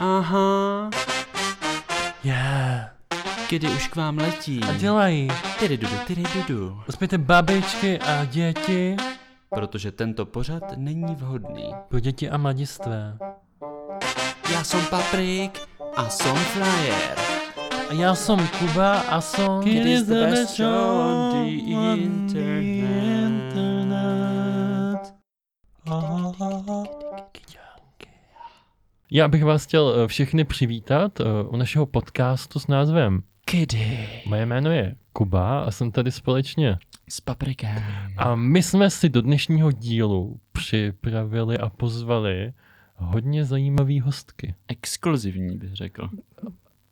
Aha, Yeah. kdy už k vám letí. A dělají. Tyry dudu, tyry dudu. Uspějte babičky a děti. Protože tento pořad není vhodný. Pro děti a mladistvé. Já jsem Paprik a jsem Flyer. A já jsem Kuba a jsem... It is the best show on the internet. Já bych vás chtěl eh, všechny přivítat eh, u našeho podcastu s názvem Kdy? Moje jméno je Kuba a jsem tady společně. S paprikem. A my jsme si do dnešního dílu připravili a pozvali hodně zajímavý hostky. Exkluzivní bych řekl.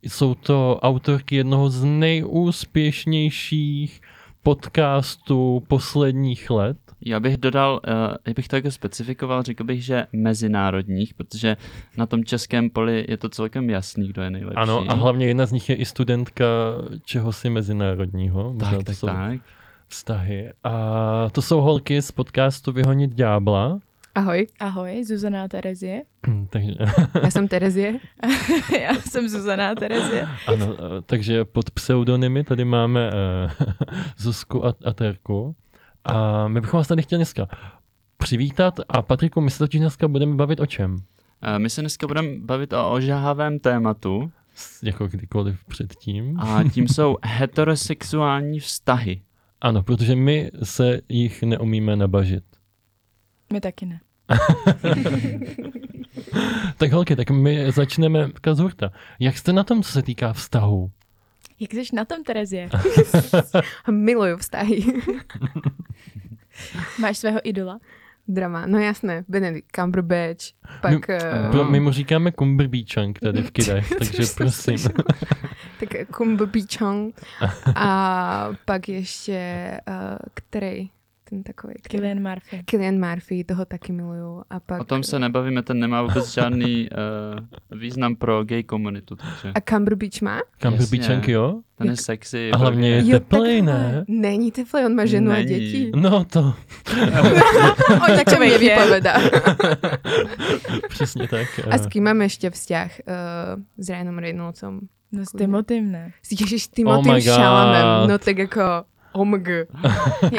Jsou to autorky jednoho z nejúspěšnějších podcastů posledních let. Já bych dodal, eh, já bych to jako specifikoval, řekl bych, že mezinárodních, protože na tom českém poli je to celkem jasný, kdo je nejlepší. Ano, a hlavně jedna z nich je i studentka čehosi mezinárodního. Možná tak, to tak, jsou tak. vztahy. A to jsou holky z podcastu Vyhonit ďábla. Ahoj, Ahoj, Zuzana a Terezie. Takže, já jsem Terezie. Já jsem Zuzana a Terezie. ano, eh, takže pod pseudonymy tady máme eh, Zuzku a, a Terku. A my bychom vás tady chtěli dneska přivítat. A Patriku, my se totiž dneska budeme bavit o čem? Eh, My se dneska budeme bavit o ožahavém tématu S- Jako kdykoliv předtím. a tím jsou heterosexuální vztahy. Ano, protože my se jich neumíme nabažit. My taky ne. Tak holky, tak my začneme z hurta. Jak jste na tom, co se týká vztahu? Jak jsi na tom, Terezie? Miluju vztahy. Máš svého idola? Drama. No jasné, Benedict Cumberbatch, No, pak... eh, Pro, my mu říkáme kumberbíčank tady v kidech, takže Což jsem prosím. slyšela. tak eh, Cumberbatchong. A pak ještě, eh, který? Ten takový. který- Killian Murphy. Killian Murphy, toho taky miluju. A pak... O tom se nebavíme, ten nemá vůbec žádný uh, význam pro gay komunitu, takže A Cumberbatch má? Kumberbíčank, Jasně. jo? ten je sexy. A hlavně je Jo, teplý, takhle. ne? Není teplý, on má ženu a Není. děti. No to, On tak to mě je. vypovedá. přesně tak. A eh. s kým mám ještě vzťah? Uh, s Ryanem Reynoldsom. No s Klidně. Timotym ne. Ježiš, Oh Timotým my oh God. Šalamem, no tak jako omg. Já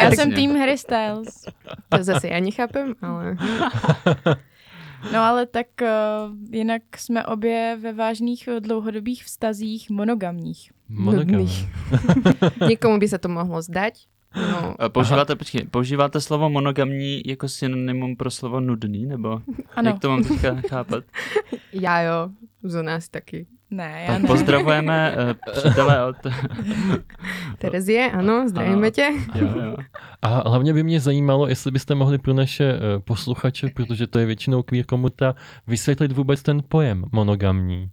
Jasně. jsem tým Harry Styles. To zase já nechápem, ale No ale tak eh, jinak jsme obě ve vážných eh, dlouhodobých vztazích monogamních. Monogamy. nudný. někomu by se to mohlo zdať. No, Eh, Používáte, počkej, používáte slovo monogamní jako synonymum pro slovo nudný, nebo ano. Ano. jak to mám teďka chápat? já jo, z nás taky. Ne, já Tak ne. pozdravujeme eh, přítele od... Terezie, ano, zdravíme Ano. tě. Jo. A hlavně by mě zajímalo, jestli byste mohli pro naše eh, posluchače, protože to je většinou queer komuta, vysvětlit vůbec ten pojem monogamní.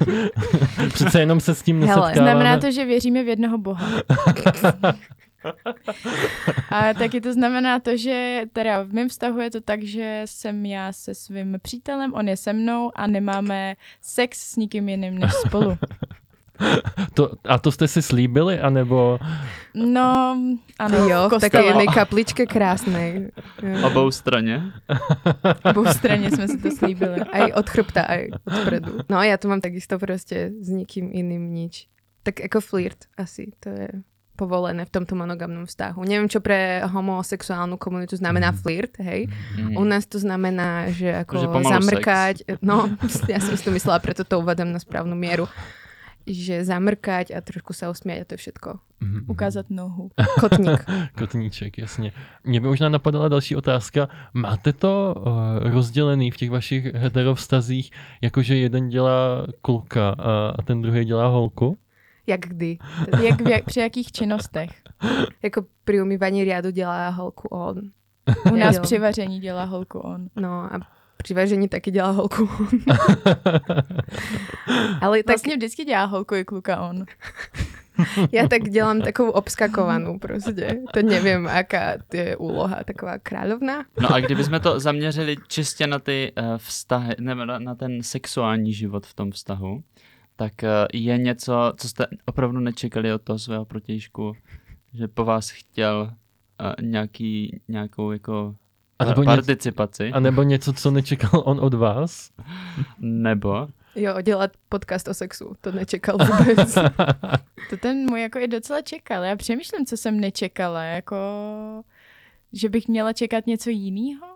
Přece jenom se s tím Hele, nesetkáváme. Znamená to, že věříme v jednoho boha. A taky to znamená to, že teda v mém vztahu je to tak, že jsem já se svým přítelem, on je se mnou a nemáme sex s nikým jiným než spolu. To, a to jste si slíbili, anebo... No, Ty ano, jo, v v také kostele. jedné kapličce krásné. Obou straně. Obou straně jsme si to slíbili. Aj od chrbta, aj odpredu. No já to mám takisto prostě s nikým jiným nič. Tak jako flirt asi, to je povolené v tomto monogamnom vztahu. Nevím, čo pre homosexuálnu komunitu znamená flirt, hej? Mm. U nás to znamená, že jako Že pomalu zamrkať, no já jsem si to myslela, proto to uvedem na správnou míru, že zamrkať a trošku se usmět a to je všetko. Ukázat nohu. Kotník. Mhm, Kotníček, jasně. Mě by možná napadala další otázka. Máte to eh, rozdělený v těch vašich heterovstazích, jakože jeden dělá kluka a, a ten druhý dělá holku? Jak kdy. Jak, v, jak, při jakých činnostech? Jako při umývání riadu dělá holku on. U nás Jo. při vaření dělá holku on. No a při vaření taky dělá holku on. Ale tak Vlastně vždycky dělá holku i kluka on. já tak dělám takovou obskakovanou prostě. To nevím, jaká to je úloha, taková královna. No a kdybychom to zaměřili čistě na ty eh, vztahy, nebo na, na ten sexuální život v tom vztahu, tak eh, je něco, co jste opravdu nečekali od toho svého protějšku, že po vás chtěl eh, nějaký, nějakou jako A nebo, eh, ně, participaci, a nebo něco, co nečekal on od vás? nebo Jo, dělat podcast o sexu, to nečekal vůbec. To ten můj jako i docela čekal. Já přemýšlím, co jsem nečekala, jako že bych měla čekat něco jiného.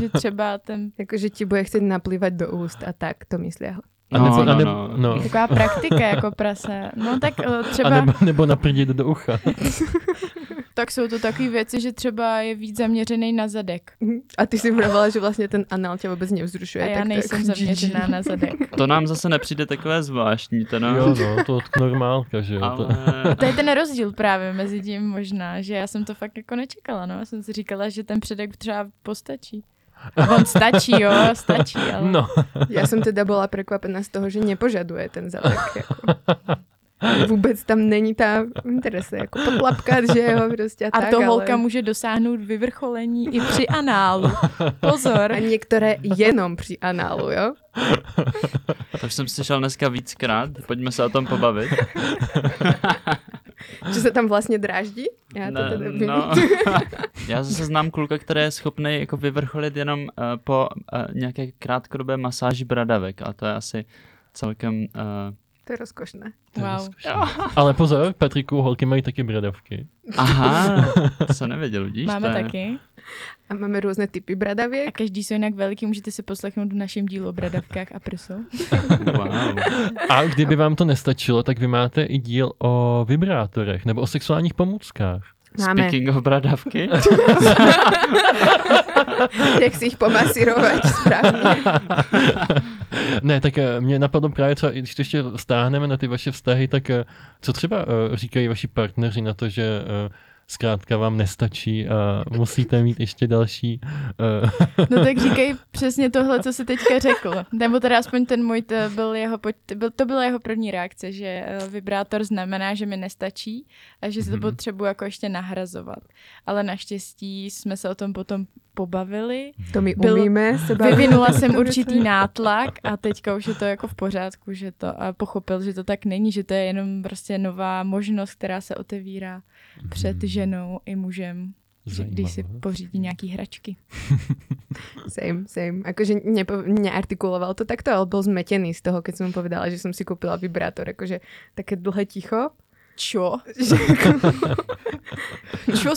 Že třeba ten, Jakože ti bude chtít naplývat do úst a tak, to myslel. A No, nebo, no, a nebo, no. no. taková praktika jako prase. No tak eh, A třeba, nebo, nebo naprdit do ucha. tak jsou to takové věci, že třeba je víc zaměřený na zadek. A ty si vravala, že vlastně ten anal tě vůbec nevzrušuje. A já tak to je nejsem jako GG. zaměřená na zadek. To nám zase nepřijde takové zvláštní, teda. Jo, no, to je normálka, že jo. ale... To, To je ten rozdíl právě mezi tím možná, že já jsem to fakt jako nečekala, no. Já jsem si říkala, že ten předek třeba postačí. A on stačí, jo, stačí, ale... no, Já jsem teda byla překvapená z toho, že nepožaduje ten zadek. Jako. Vůbec tam není ta interese, jako potlapkat, že jo, prostě a, A tak, to holka ale... může dosáhnout vyvrcholení i při análu. Pozor. A některé jenom při análu, jo? To už jsem slyšel dneska víckrát, pojďme se o tom pobavit. Že se tam vlastně dráždí? Já to teda nevím. no. Já zase znám kluka, který je schopný jako vyvrcholit jenom uh, po uh, nějaké krátkodobé masáži bradavek a to je asi celkem... Uh, To je rozkošné. to je Wow. zkušenost. Ale pozor, Patriku, holky mají taky bradavky. aha, to jsem nevěděl, vidíš? Máme to je- taky. A máme různé typy A bradavěk. každý jsou jinak veliký, můžete si poslechnout v našem dílu o bradavkách a prsu. Wow. A kdyby vám to nestačilo, tak vy máte i díl o vibrátorech nebo o sexuálních pomůckách. Máme, Speaking of bradavky, jak si jich pomasírovat správně. Ne, tak eh, mě napadlo právě třeba, i když to ještě stáhneme na ty vaše vztahy, tak eh, co třeba eh, říkají vaši partneři na to, že eh, zkrátka vám nestačí a musíte mít ještě další. eh, No tak říkej přesně tohle, co jsi teďka řekl. Nebo teda aspoň ten můj, to, byl jeho, poj- byl, to byla jeho první reakce, že eh, vibrátor znamená, že mi nestačí a že si to Mhm. potřebuji jako ještě nahrazovat. Ale naštěstí jsme se o tom potom pobavili. Mhm. To my Byl- umíme. Se bavíme. Vyvinula jsem To je určitý docela- nátlak a teďka už je to jako v pořádku, že to a pochopil, že to tak není, že to je jenom prostě nová možnost, která se otevírá před ženou i mužem, že když si Mhm. zajímavé. pořídí nějaký hračky. Same, same. Akože nepo, neartikuloval to takto, ale byl zmetený z toho, keď jsem mu povedala, že jsem si koupila vibrátor. Akože také dlhé ticho. Čo? Že, Čo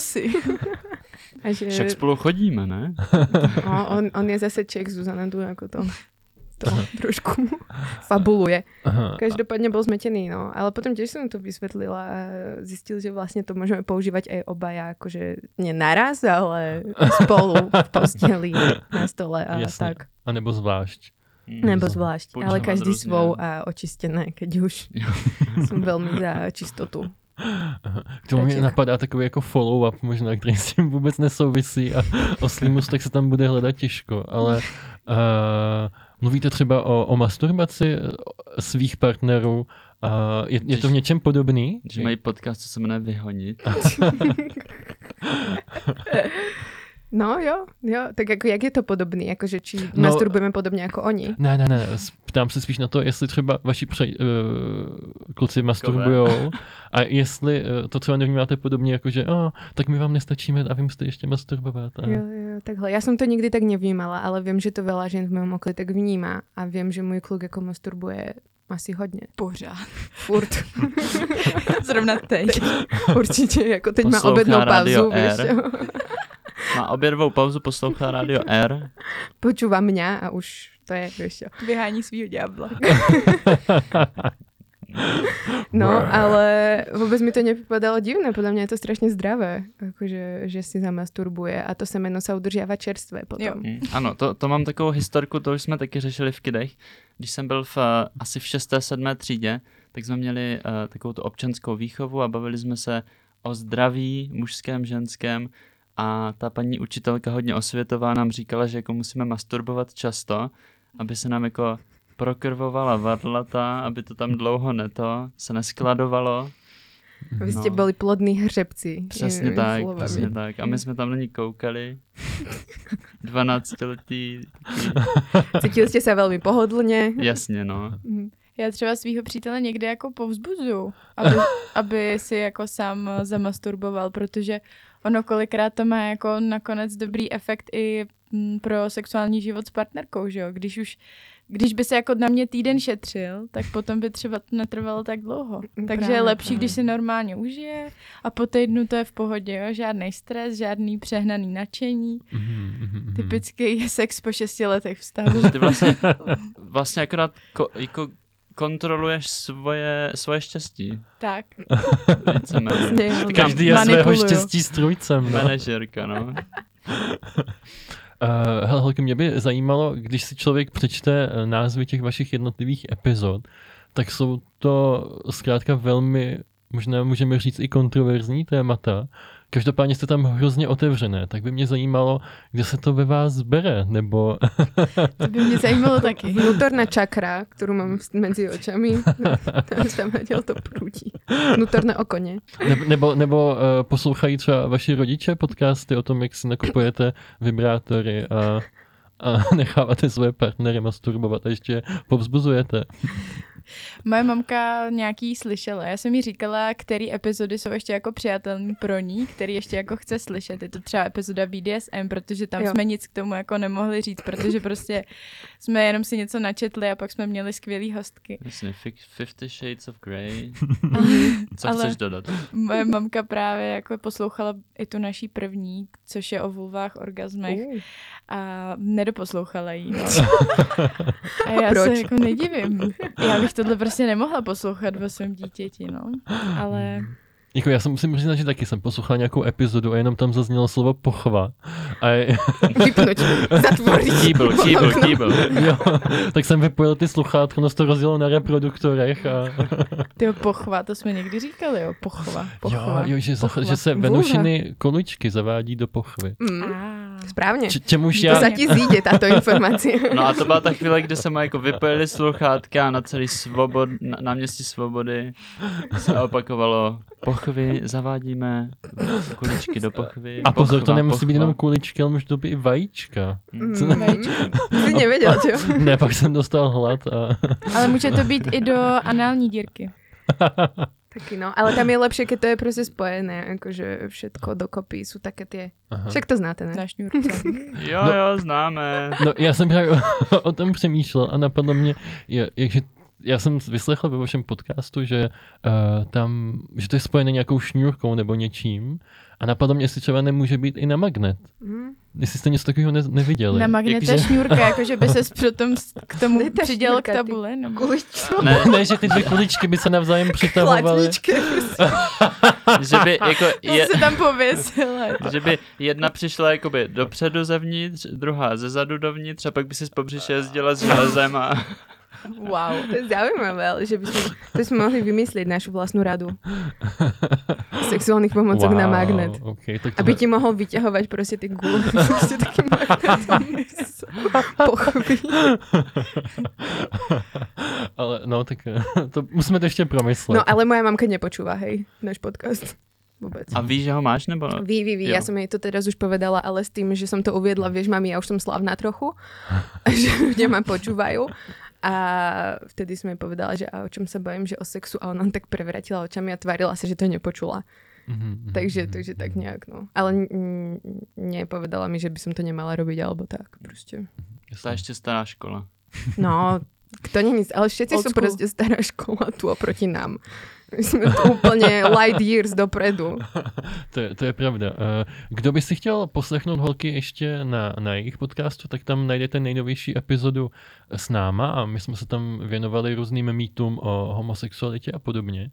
si? a že, však spolu chodíme, ne? no, on, on, je zase Čech, Zuzana Dů, jako to, to trošku fabuluje. Aha. Každopádně byl zmetený, no. Ale potom těž jsem mu to vysvětlila a zjistil, že vlastně to můžeme používat i oba, jakože ne naraz, ale spolu v posteli, na stole a Jasně. tak. A nebo zvlášť. Nebo zvlášť, Používat ale každý různě. svou a očistené, keď už jsem velmi za čistotu. K tomu mě Tatínek. napadá takový jako follow-up možná, který s tím vůbec nesouvisí a oslý mustek se tam bude hledat těžko, ale uh, mluvíte třeba o, o masturbaci eh, o- svých partnerů, uh, je, je to v něčem podobný? Že mají podcast, co se jmenuje Vyhonit. No jo, jo, tak jako jak je to podobný, jakože či no, No- masturbujeme podobně jako oni? Ne, ne, ne, s- ptám se spíš na to, jestli třeba vaši pře- uh, kluci masturbujou a jestli uh, to třeba nevnímáte podobně, jako že oh, tak my vám nestačíme a vy musíte ještě masturbovat. A... Jo, jo, takhle. Já jsem to nikdy tak nevnímala, ale vím, že to veľa žen v mém okolí tak vnímá a vím, že můj kluk jako masturbuje asi hodně. Pořád. Furt. Zrovna teď. Určitě, jako teď má Poslouchá obednou Radio pauzu, R. víš. jo. Má obědvou pauzu, poslouchá Radio R. Počúva mě a už to je, víš. jo. Vyhání svýho ďábla. No, Brr. ale vůbec mi to nepopadalo divné, podle mě je to strašně zdravé, jakože, že si zamasturbuje a to semeno se udržává čerstvé potom. Jo. Mm, Ano, to, to mám takovou historku, to už jsme taky řešili v Kidech. Když jsem byl v, eh, asi v 6. 7. třídě, tak jsme měli uh, takovou tu občanskou výchovu a bavili jsme se o zdraví mužském, ženském a ta paní učitelka hodně osvětová nám říkala, že jako musíme masturbovat často, aby se nám jako prokrvovala varlata, aby to tam dlouho neto, se neskladovalo. Vy jste No. byli plodní hřebci. Přesně jinými tak, slovami. přesně tak. A my jsme tam na ní koukali. 12-letý, Cítil jste se velmi pohodlně. jasně no. Mhm. Já třeba svého přítele někde jako povzbuzuju, aby, aby si jako sám zamasturboval, protože ono kolikrát to má jako nakonec dobrý efekt i mm, pro sexuální život s partnerkou, že jo? Když už když by se jako na mě týden šetřil, tak potom by třeba to netrvalo tak dlouho. Takže je lepší, právě. když si normálně užije a po týdnu to je v pohodě, jo? žádný stres, žádný přehnaný nadšení. Mhm, Typický je sex po šesti letech vztahu. Ty vlastně, vlastně akorát ko, jako kontroluješ svoje, svoje štěstí. tak. Víceméně. Každý je svého Manipuluju. štěstí strujcem. No. Manažerka, no. Uh, hele, holky, mě by zajímalo, když si člověk přečte eh, názvy těch vašich jednotlivých epizod, tak jsou to zkrátka velmi, možná můžeme říct i kontroverzní témata. Každopádně jste tam hrozně otevřené, tak by mě zajímalo, kde se to ve vás bere, nebo To by mě zajímalo taky. Vnútorná čakra, ktorú mám s- medzi očami, tam sa ma to prúdi. Vnútorné okone. nebo, nebo, nebo eh, poslouchají třeba vaši rodiče podcasty o tom, jak si nakupujete vibrátory a, a necháváte svoje partnery masturbovat a ještě je povzbuzujete. Moje mamka nějaký slyšela. Já jsem jí říkala, který epizody jsou ještě jako přijatelný pro ní, který ještě jako chce slyšet. Je to třeba epizoda BDSM, protože tam Jo. jo. jsme nic k tomu jako nemohli říct, protože prostě jsme jenom si něco načetli a pak jsme měli skvělý hostky. Jasně, fi- Fifty Shades of Grey. Co Ale- chceš dodat? Moje mamka právě jako poslouchala i tu naší první, což je o vulvách, orgazmech a nedoposlouchala jí. No. A já Proč? se jako nedivím. Já bych tohle prostě nemohla poslouchat ve svém dítěti, no. Ale... Jako já jsem musím přiznat, že taky jsem poslouchal nějakou epizodu a jenom tam zaznělo slovo pochva. A Vypnúť, zatvoriť. Kýbl, kýbl, kýbl. jo, tak jsem vypojil ty sluchátko, no se to rozjelo na reproduktorech a Ty jo, pochva, to jsme někdy říkali, jo, pochva, pochva. jo, jo, že, za, pochva. že se Vulva. venušiny kolučky zavádí do pochvy. Mm, Ah. správně. Č- čemuž To já... sa ti zíde táto informácia. No a to byla ta chvíle, kdy se mu jako vypojili sluchátka a na celý svobod, na, náměstí svobody se opakovalo pochvy, zavádíme kuličky do pochvy. A pozor, to pochva, nemusí být jenom pochva. kuličky, ale může to být i vajíčka. Mm, Co- si nevedel, čo? Ne, pak jsem dostal hlad a... Ale může to být i do anální dírky. Taký no, ale tam je lepšie, keď to je proste spojené, akože všetko dokopy sú také tie, Aha. však to znáte, ne? Na šňůrce. Jo, jo, známe. No, já jsem právě o- o tom přemýšlel a napadlo mě, je- je, že já jsem vyslechl ve vašem podcastu, že uh, tam, že to je spojené nějakou šňůrkou nebo něčím a napadlo mě, jestli třeba nemůže být i na magnet. Mm. Jestli jste něco takového ne- neviděli. Na magnete Jakže- šňůrka, jakože by se potom s- k tomu Ne, ta přiděl k no. šňůrka, ty tabule. Nebo... Kuličku. Ne, ne, že ty dvě kuličky by se navzájem přitavovaly. Chladničke. že by jako je, Je... se tam pověsila. že by jedna přišla jakoby dopředu zevnitř, druhá ze zadu dovnitř a pak by si z pobřiše jezdila s železem a Wow, to je zaujímavé, ale že by sme, to by sme mohli vymyslieť našu vlastnú radu. Sexuálnych pomocok wow. na magnet. Okay, tak tohle- Aby ti mohol prostě vyťahovať proste tie gule. Proste taký magnet. prostě Pochopí. Ale no, tak eh, to musíme to ještě promyslet. No ale moja mamka nepočúva, hej, náš podcast. Vôbec. a víš, že ho máš nebo no? Ví, ví, ví, ja Jo. som jej to teraz už povedala, ale s tým, že som to uviedla, vieš, mami, ja už som slavná trochu, že ľudia ma počúvajú. A vtedy som jej povedala, že a o čom sa bavím, že o sexu a ona tak prevratila očami a tvárila sa, že to nepočula. Mhm, Takže, mhm. takže tak nejak, no. Ale n- n- nepovedala mi, že by som to nemala robiť, alebo tak, proste. Ta ještě stará škola. No, kto není, ale všetci Old sú school. proste stará škola tu oproti nám. My sme tu úplne light years dopredu. To je, to je pravda. Eh, Kdo by si chtěl poslechnout holky ještě na, na jejich podcastu, tak tam najdete nejnovější epizodu s náma a my jsme se tam věnovali různým mýtům o homosexualitě a podobně.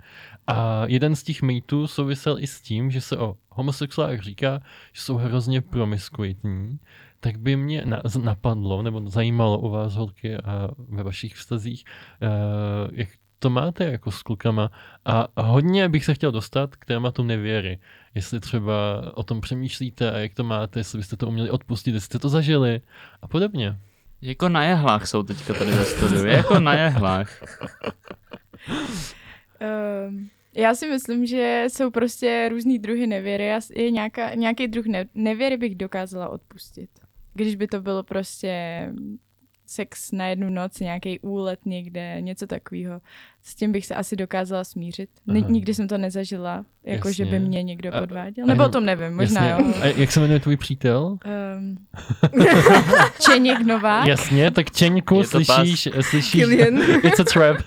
A jeden z těch mýtů souvisel i s tím, že se o homosexuálech říká, že jsou hrozně promiskuitní. Tak by mě na- z- napadlo, nebo zajímalo u vás holky a ve vašich vztazích, eh, jak to máte jako s klukama. A hodně bych se chtěl dostat k tématu nevěry jestli třeba o tom přemýšlíte a jak to máte, jestli byste to uměli odpustit, jestli jste to zažili a podobně. Jako na jehlách jsou teďka tady ve studiu, jako na jehlách. Ehm, já si myslím, že jsou prostě různý druhy nevěry. Já s- Je nějaká, nějaký druh ne- nevěry bych dokázala odpustit. Když by to bylo prostě sex na jednu noc, nějaký úlet někde, něco takového. S tím bych se asi dokázala smířit. Ni- Aha. nikdy jsem to nezažila, jako že by Jasně. mě někdo A- podváděl. a Nebo o jenom- tom nevím, možná Jasně. jo. A jak se jmenuje tvůj přítel? Um, Čeněk Novák. Jasně, tak Čeňku, Je to pas. slyšíš, slyšíš. Kilian. It's a trap.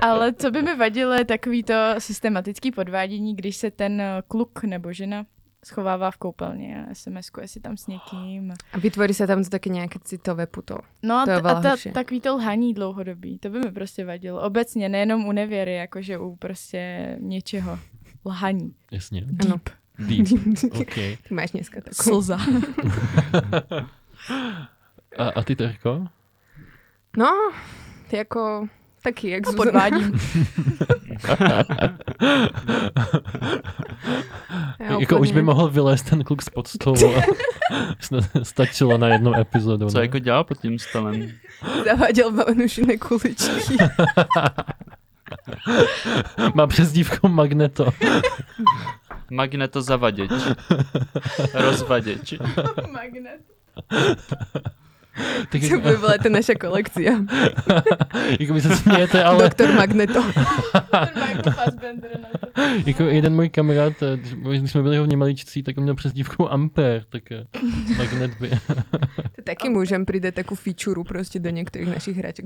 Ale co by mi vadilo, je takový to systematický podvádění, když se ten eh, kluk nebo žena schovává v koupelně a SMS-kuje si tam s někým. A vytvorí sa tam to také nejaké citové puto. No a, To je t- a veľa ta, horší. takový to lhaní dlouhodobý, to by mi prostě vadilo. Obecně, nejenom u nevěry, jakože u prostě něčeho. Lhaní. Jasně. Ano. Deep. Okay. Ty máš dneska takú. Slza. A, a ty, jako? Terko? No, ty ako taký, jak Zuzana. Podvádím. Ja Jako už by úplne- mohl vylézt ten kluk spod stolu. A snad stačilo na jednu epizodu. Co ne? jako dělal pod tím stolem? Zaváděl Vanušine kuličky. Má přezdívku Magneto. Magneto zavaděč. Rozvaděč. Magnet. Tak To by byla ta naša kolekcia. jako vy se smějete, ale Doktor Magneto. Ten Michael Fassbender na to. jako jeden můj kamarád, eh, když- když jsme byli hodně maličcí, tak on měl přezdívku Ampere, tak eh, Magnet by. To Taky můžem přijde takovou feature prostě do některých našich hraček.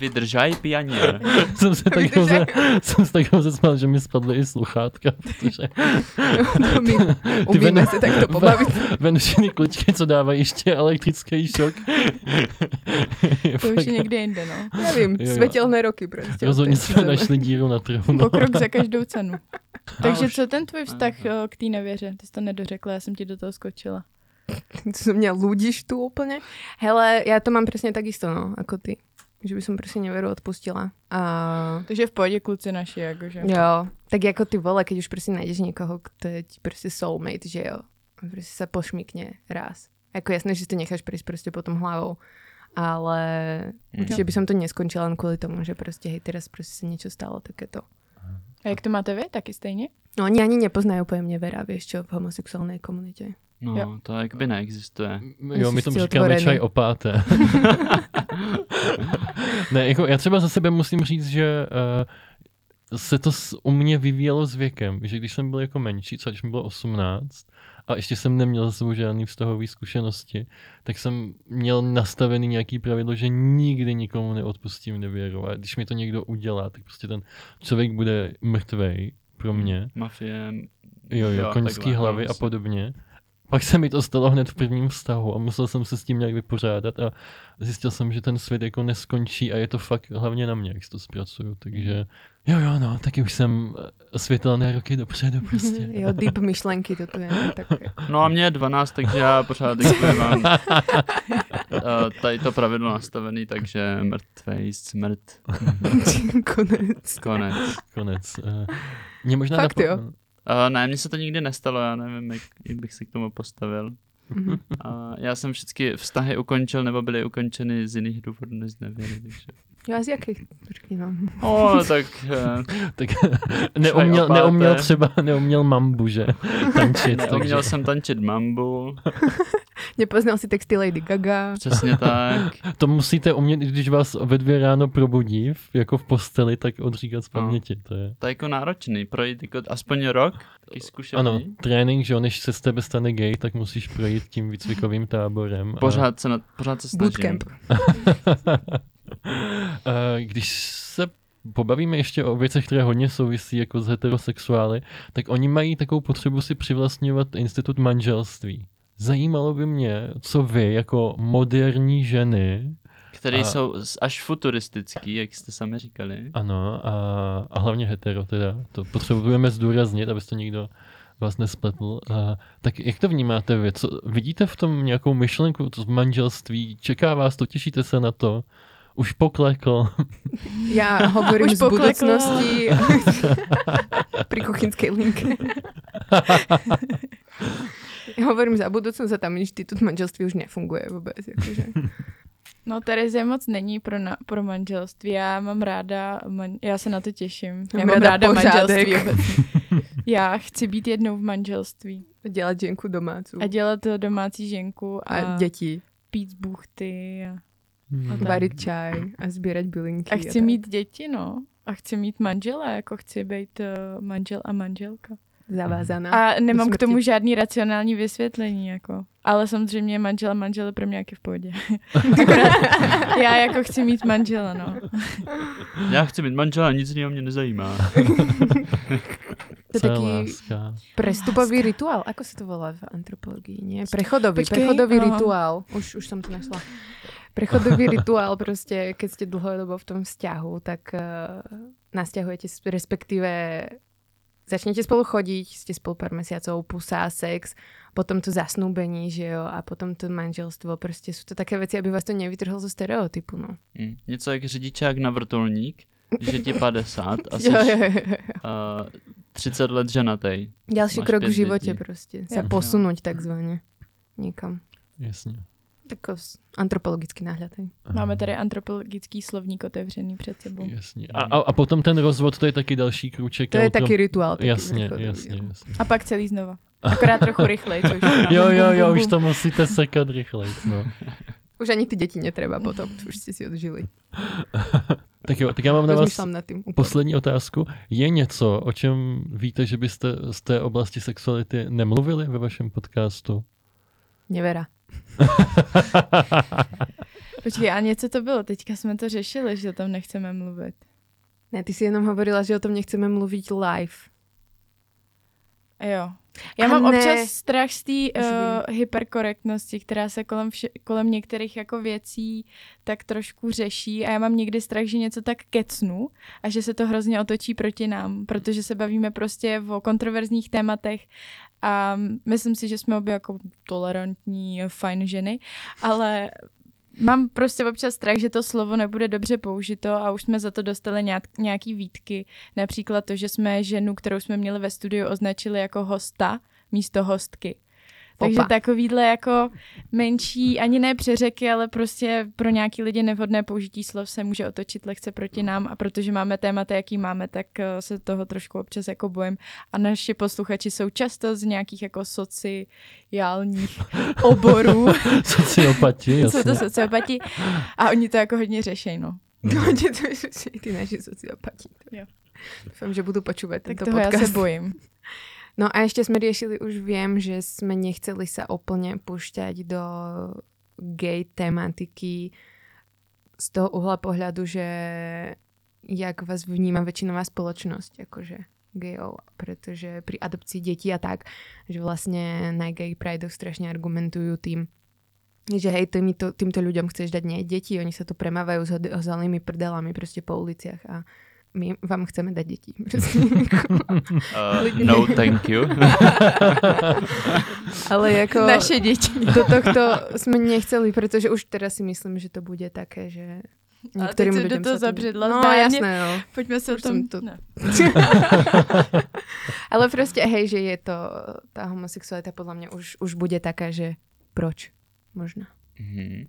Vydržaj pianěr. jsem se tak Vydržel. hroze, jsem se tak rozesmál, že mi spadly i sluchátka, protože No, my umíme Venu- se takto pobavit. ven všechny kličky, co dávají ještě elektrický šok. Je To už fakt- je někde jinde, no. Nevím, Jo, jo. světelné roky prostě. Rozhodně Teď jsme chceme. našli díru na trhu. No. Pokrok za každou cenu. Takže už. co ten tvůj vztah eh, k té nevěře? Ty jsi to nedořekla, já jsem ti do toho skočila. Co se mě ludíš tu úplně. Hele, já to mám přesně tak jisto, no, jako ty. Že by som prostě neveru odpustila. A... Takže v pohodě kluci naši, jakože. Jo, tak jako ty vole, keď už prostě najdeš někoho, kto je ti prostě soulmate, že jo. On Prostě se pošmikne raz. Jako jasné, že si to necháš přijít prostě potom hlavou. Ale určitě by som to neskončila len kvůli tomu, že prostě hej, teraz prostě se něco stalo, tak je to. A jak to máte vy? Taky stejně? No oni ani nepoznají pojemně vera, víš čo, v homosexuální komunitě. No, to jakby neexistuje. Jo, my jsi tomu si říkáme otvorený. čaj o páté. ne, jako já třeba za sebe musím říct, že uh, se to s- u mě vyvíjelo s věkem, že když jsem byl jako menší, třeba když mi bylo 18, a ještě jsem neměl za sebou žádný vztahový zkušenosti, tak jsem měl nastavený nějaký pravidlo, že nikdy nikomu neodpustím nevěru. A když mi to někdo udělá, tak prostě ten člověk bude mrtvej pro mě. Mafie. Jo, jo, koňský takhle, hlavy no, a podobně. Pak se mi to stalo hned v prvním vztahu a musel jsem se s tím nějak vypořádat a zjistil jsem, že ten svět jako neskončí a je to fakt hlavně na mě, jak si to zpracuju, takže jo, jo, no, taky už jsem eh, světelné roky dopředu prostě. jo, deep myšlenky to tu je. no, Tak, No a mě je 12, takže já pořád jakoby mám eh, tady to pravidlo nastavený, takže mrtvej, smrt, konec. konec. Konec. Eh, Mě možná Fakt napo- jo. Uh, ne, mně se to nikdy nestalo, já nevím, jak, jak bych se k tomu postavil. Mhm. Uh, já jsem všechny vztahy ukončil, nebo byly ukončeny z jiných důvodů, než nevěry, takže... Já z jakých? Počkej, no. O, tak... Uh, Tak neuměl, opáté. neuměl třeba, neuměl mambu, že? Tančit, takže Neuměl jsem tančit mambu, Nepoznal si texty Lady Gaga. přesně tak. to musíte umět, i když vás ve dvě ráno probudí, v- jako v posteli, tak odříkat z No. paměti, to je. To je jako náročný, projít jako aspoň rok, taky zkušený. Ano, trénink, že jo, než se z tebe stane gay, tak musíš projít tím výcvikovým táborem. A, Pořád se, na, pořád se snažím. Bootcamp. a když se pobavíme ještě o věcech, které hodně souvisí jako s heterosexuály, tak oni mají takovou potřebu si přivlastňovat institut manželství. Zajímalo by mě, co vy jako moderní ženy, Který A- jsou s- až futuristický, jak jste sami říkali. ano, a, a hlavně hetero teda, to potřebujeme zdůraznit, aby to nikdo vás nespletl. A, tak jak to vnímáte vy? Co, vidíte v tom nějakou myšlenku to manželství? Čeká vás to? Těšíte se na to? Už poklekl. Já hovorím Už z poklekla. budoucnosti pri kuchynské linke. Já hovorím za budoucnost a tam institut manželství už nefunguje vůbec. Jakože. No Terezie moc není pro, na, pro manželství. Já mám ráda, man, já se na to těším. Já Já mám, mám ráda ráda pořádek. manželství. obecně. já chci být jednou v manželství. dělat ženku domácu. A dělat domácí ženku a, A děti. pít buchty a, Hmm. tak. Varit čaj a sbírat bylinky. a chci tak. mít děti, no. A chci mít manžela, jako chci být uh, manžel a manželka. Zavázaná. A nemám do k smrti. tomu žádný racionální vysvětlení, jako. Ale samozřejmě manžel a manžel je pro mě jaký v pohodě. Akorát já jako chci mít manžela, no. Já chci mít manžela, nic jiného mě nezajímá. to je Co je taky láska? prestupový rituál. Ako sa to volá v antropologii? Nie? Prechodový, Počkej, prechodový aha. rituál. Už, už som to našla. Prechodový rituál proste, keď ste dlhodobo v tom vzťahu, tak uh, nasťahujete, s- respektíve začnete spolu chodiť, ste spolu pár mesiacov, pusá sex, potom to zasnúbení, že jo, a potom to manželstvo, proste sú to také veci, aby vás to nevytrhlo zo stereotypu, no. Mm. Něco jak řidičák na vrtulník, že ti 50 a jsi Jo, jo, jo, jo. uh, 30 let ženatej. Ďalší Máš krok v pět živote dětí. proste, sa Jo. posunúť takzvané niekam. Jasně. Tak antropologický náhľad. hej. Máme tady antropologický slovník otevřený před sebou. Jasně. A, a, a potom ten rozvod, to je taky další krůček. To je kterou- taky rituál. Taky Jasně, vrcholový, jasně, jo. jasně. A pak celý znova. Akorát trochu rychleji, což Jo, jo, jo, už to musíte sekat rychleji. No. Už ani ty děti netreba potom, už jste si odžili. Tak jo, tak já mám na No, vás Rozmýšlám nad tím. úplně. poslední otázku. Je něco, o čem víte, že byste z té oblasti sexuality nemluvili ve vašem podcastu? Nevera. Počkej, a něco to bylo, teďka jsme to řešili, že o tom nechceme mluvit. Ne, ty si jenom hovorila, že o tom nechceme mluvit live. A Jo. Já A mám ne. občas strach z té Už uh, hyperkorektnosti, která se kolem, vše, kolem některých jako věcí tak trošku řeší a já mám někdy strach, že něco tak kecnu a že se to hrozně otočí proti nám, protože se bavíme prostě o kontroverzních tématech a myslím si, že jsme obě jako tolerantní, fajn ženy, ale mám prostě občas strach, že to slovo nebude dobře použito a už jsme za to dostali nějak- nějaký výtky. Například to, že jsme ženu, kterou jsme měli ve studiu, označili jako hosta místo hostky. Takže Opa. takovýhle jako menší, ani ne přeřeky, ale prostě pro nějaký lidi nevhodné použití slov se může otočit lehce proti nám a protože máme témata, jaký máme, tak eh, se toho trošku občas jako bojím. A naši posluchači jsou často z nějakých jako sociálních oborů. Sociopati, Jsou jasně. to sociopati a oni to jako hodně řešej, no. No, Mhm. že to jsou i ty naši sociopati. Jo. Doufám, že budu počúvať Tak tento toho podcast. já se bojím. No a ještě jsme řešili, už vím, že jsme nechceli se úplně pušťať do gay tematiky z toho uhla pohledu, že jak vás vnímá většinová společnost, jakože gejov, protože pri adopci dětí a tak, že vlastně na gay pridech strašně argumentují tím, že hej, ty mi to, týmto ľuďom chceš dať nie deti, oni sa tu premávajú s hod- holými prdelami proste po uliciach a my vám chceme Prostě dať deti. Proste. Uh, no, thank you. Ale jako... Naše děti. do tohto jsme nechceli, protože už teda si myslím, že to bude také, že některým teď se do lidem toho se to- zabředla No zdárně. jasné, no. Pojďme se o Už jsem tom... to- Ne. Ale prostě hej, že je to, ta homosexualita podle mě už, už bude taká, že proč? Možná. Mhm.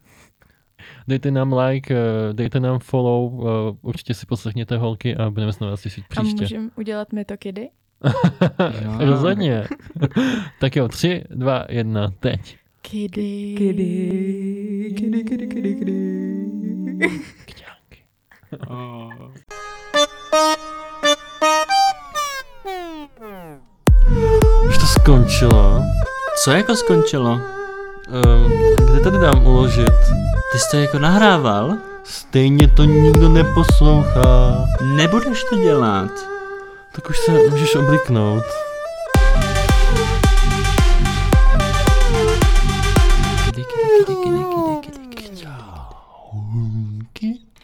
Dejte nám like, eh, dejte nám follow, eh, určitě si poslechněte holky a budeme se na vás těšit A příště. můžeme udělat metokidy? Jo. Rozhodně. tak jo, tři, dva, jedna, teď. Kidy. Kdy, kdy, kdy, kdy. Kňánky. Oh. Už to skončilo. Co jako skončilo? Um, kde tady dám uložit? Ty jsi to jako nahrával? Stejně to nikdo neposlouchá. Nebudeš to dělat. Tak už se můžeš obliknout. Kdy, kdy, kdy, kdy, kdy, kdy, kdy. Kňánky.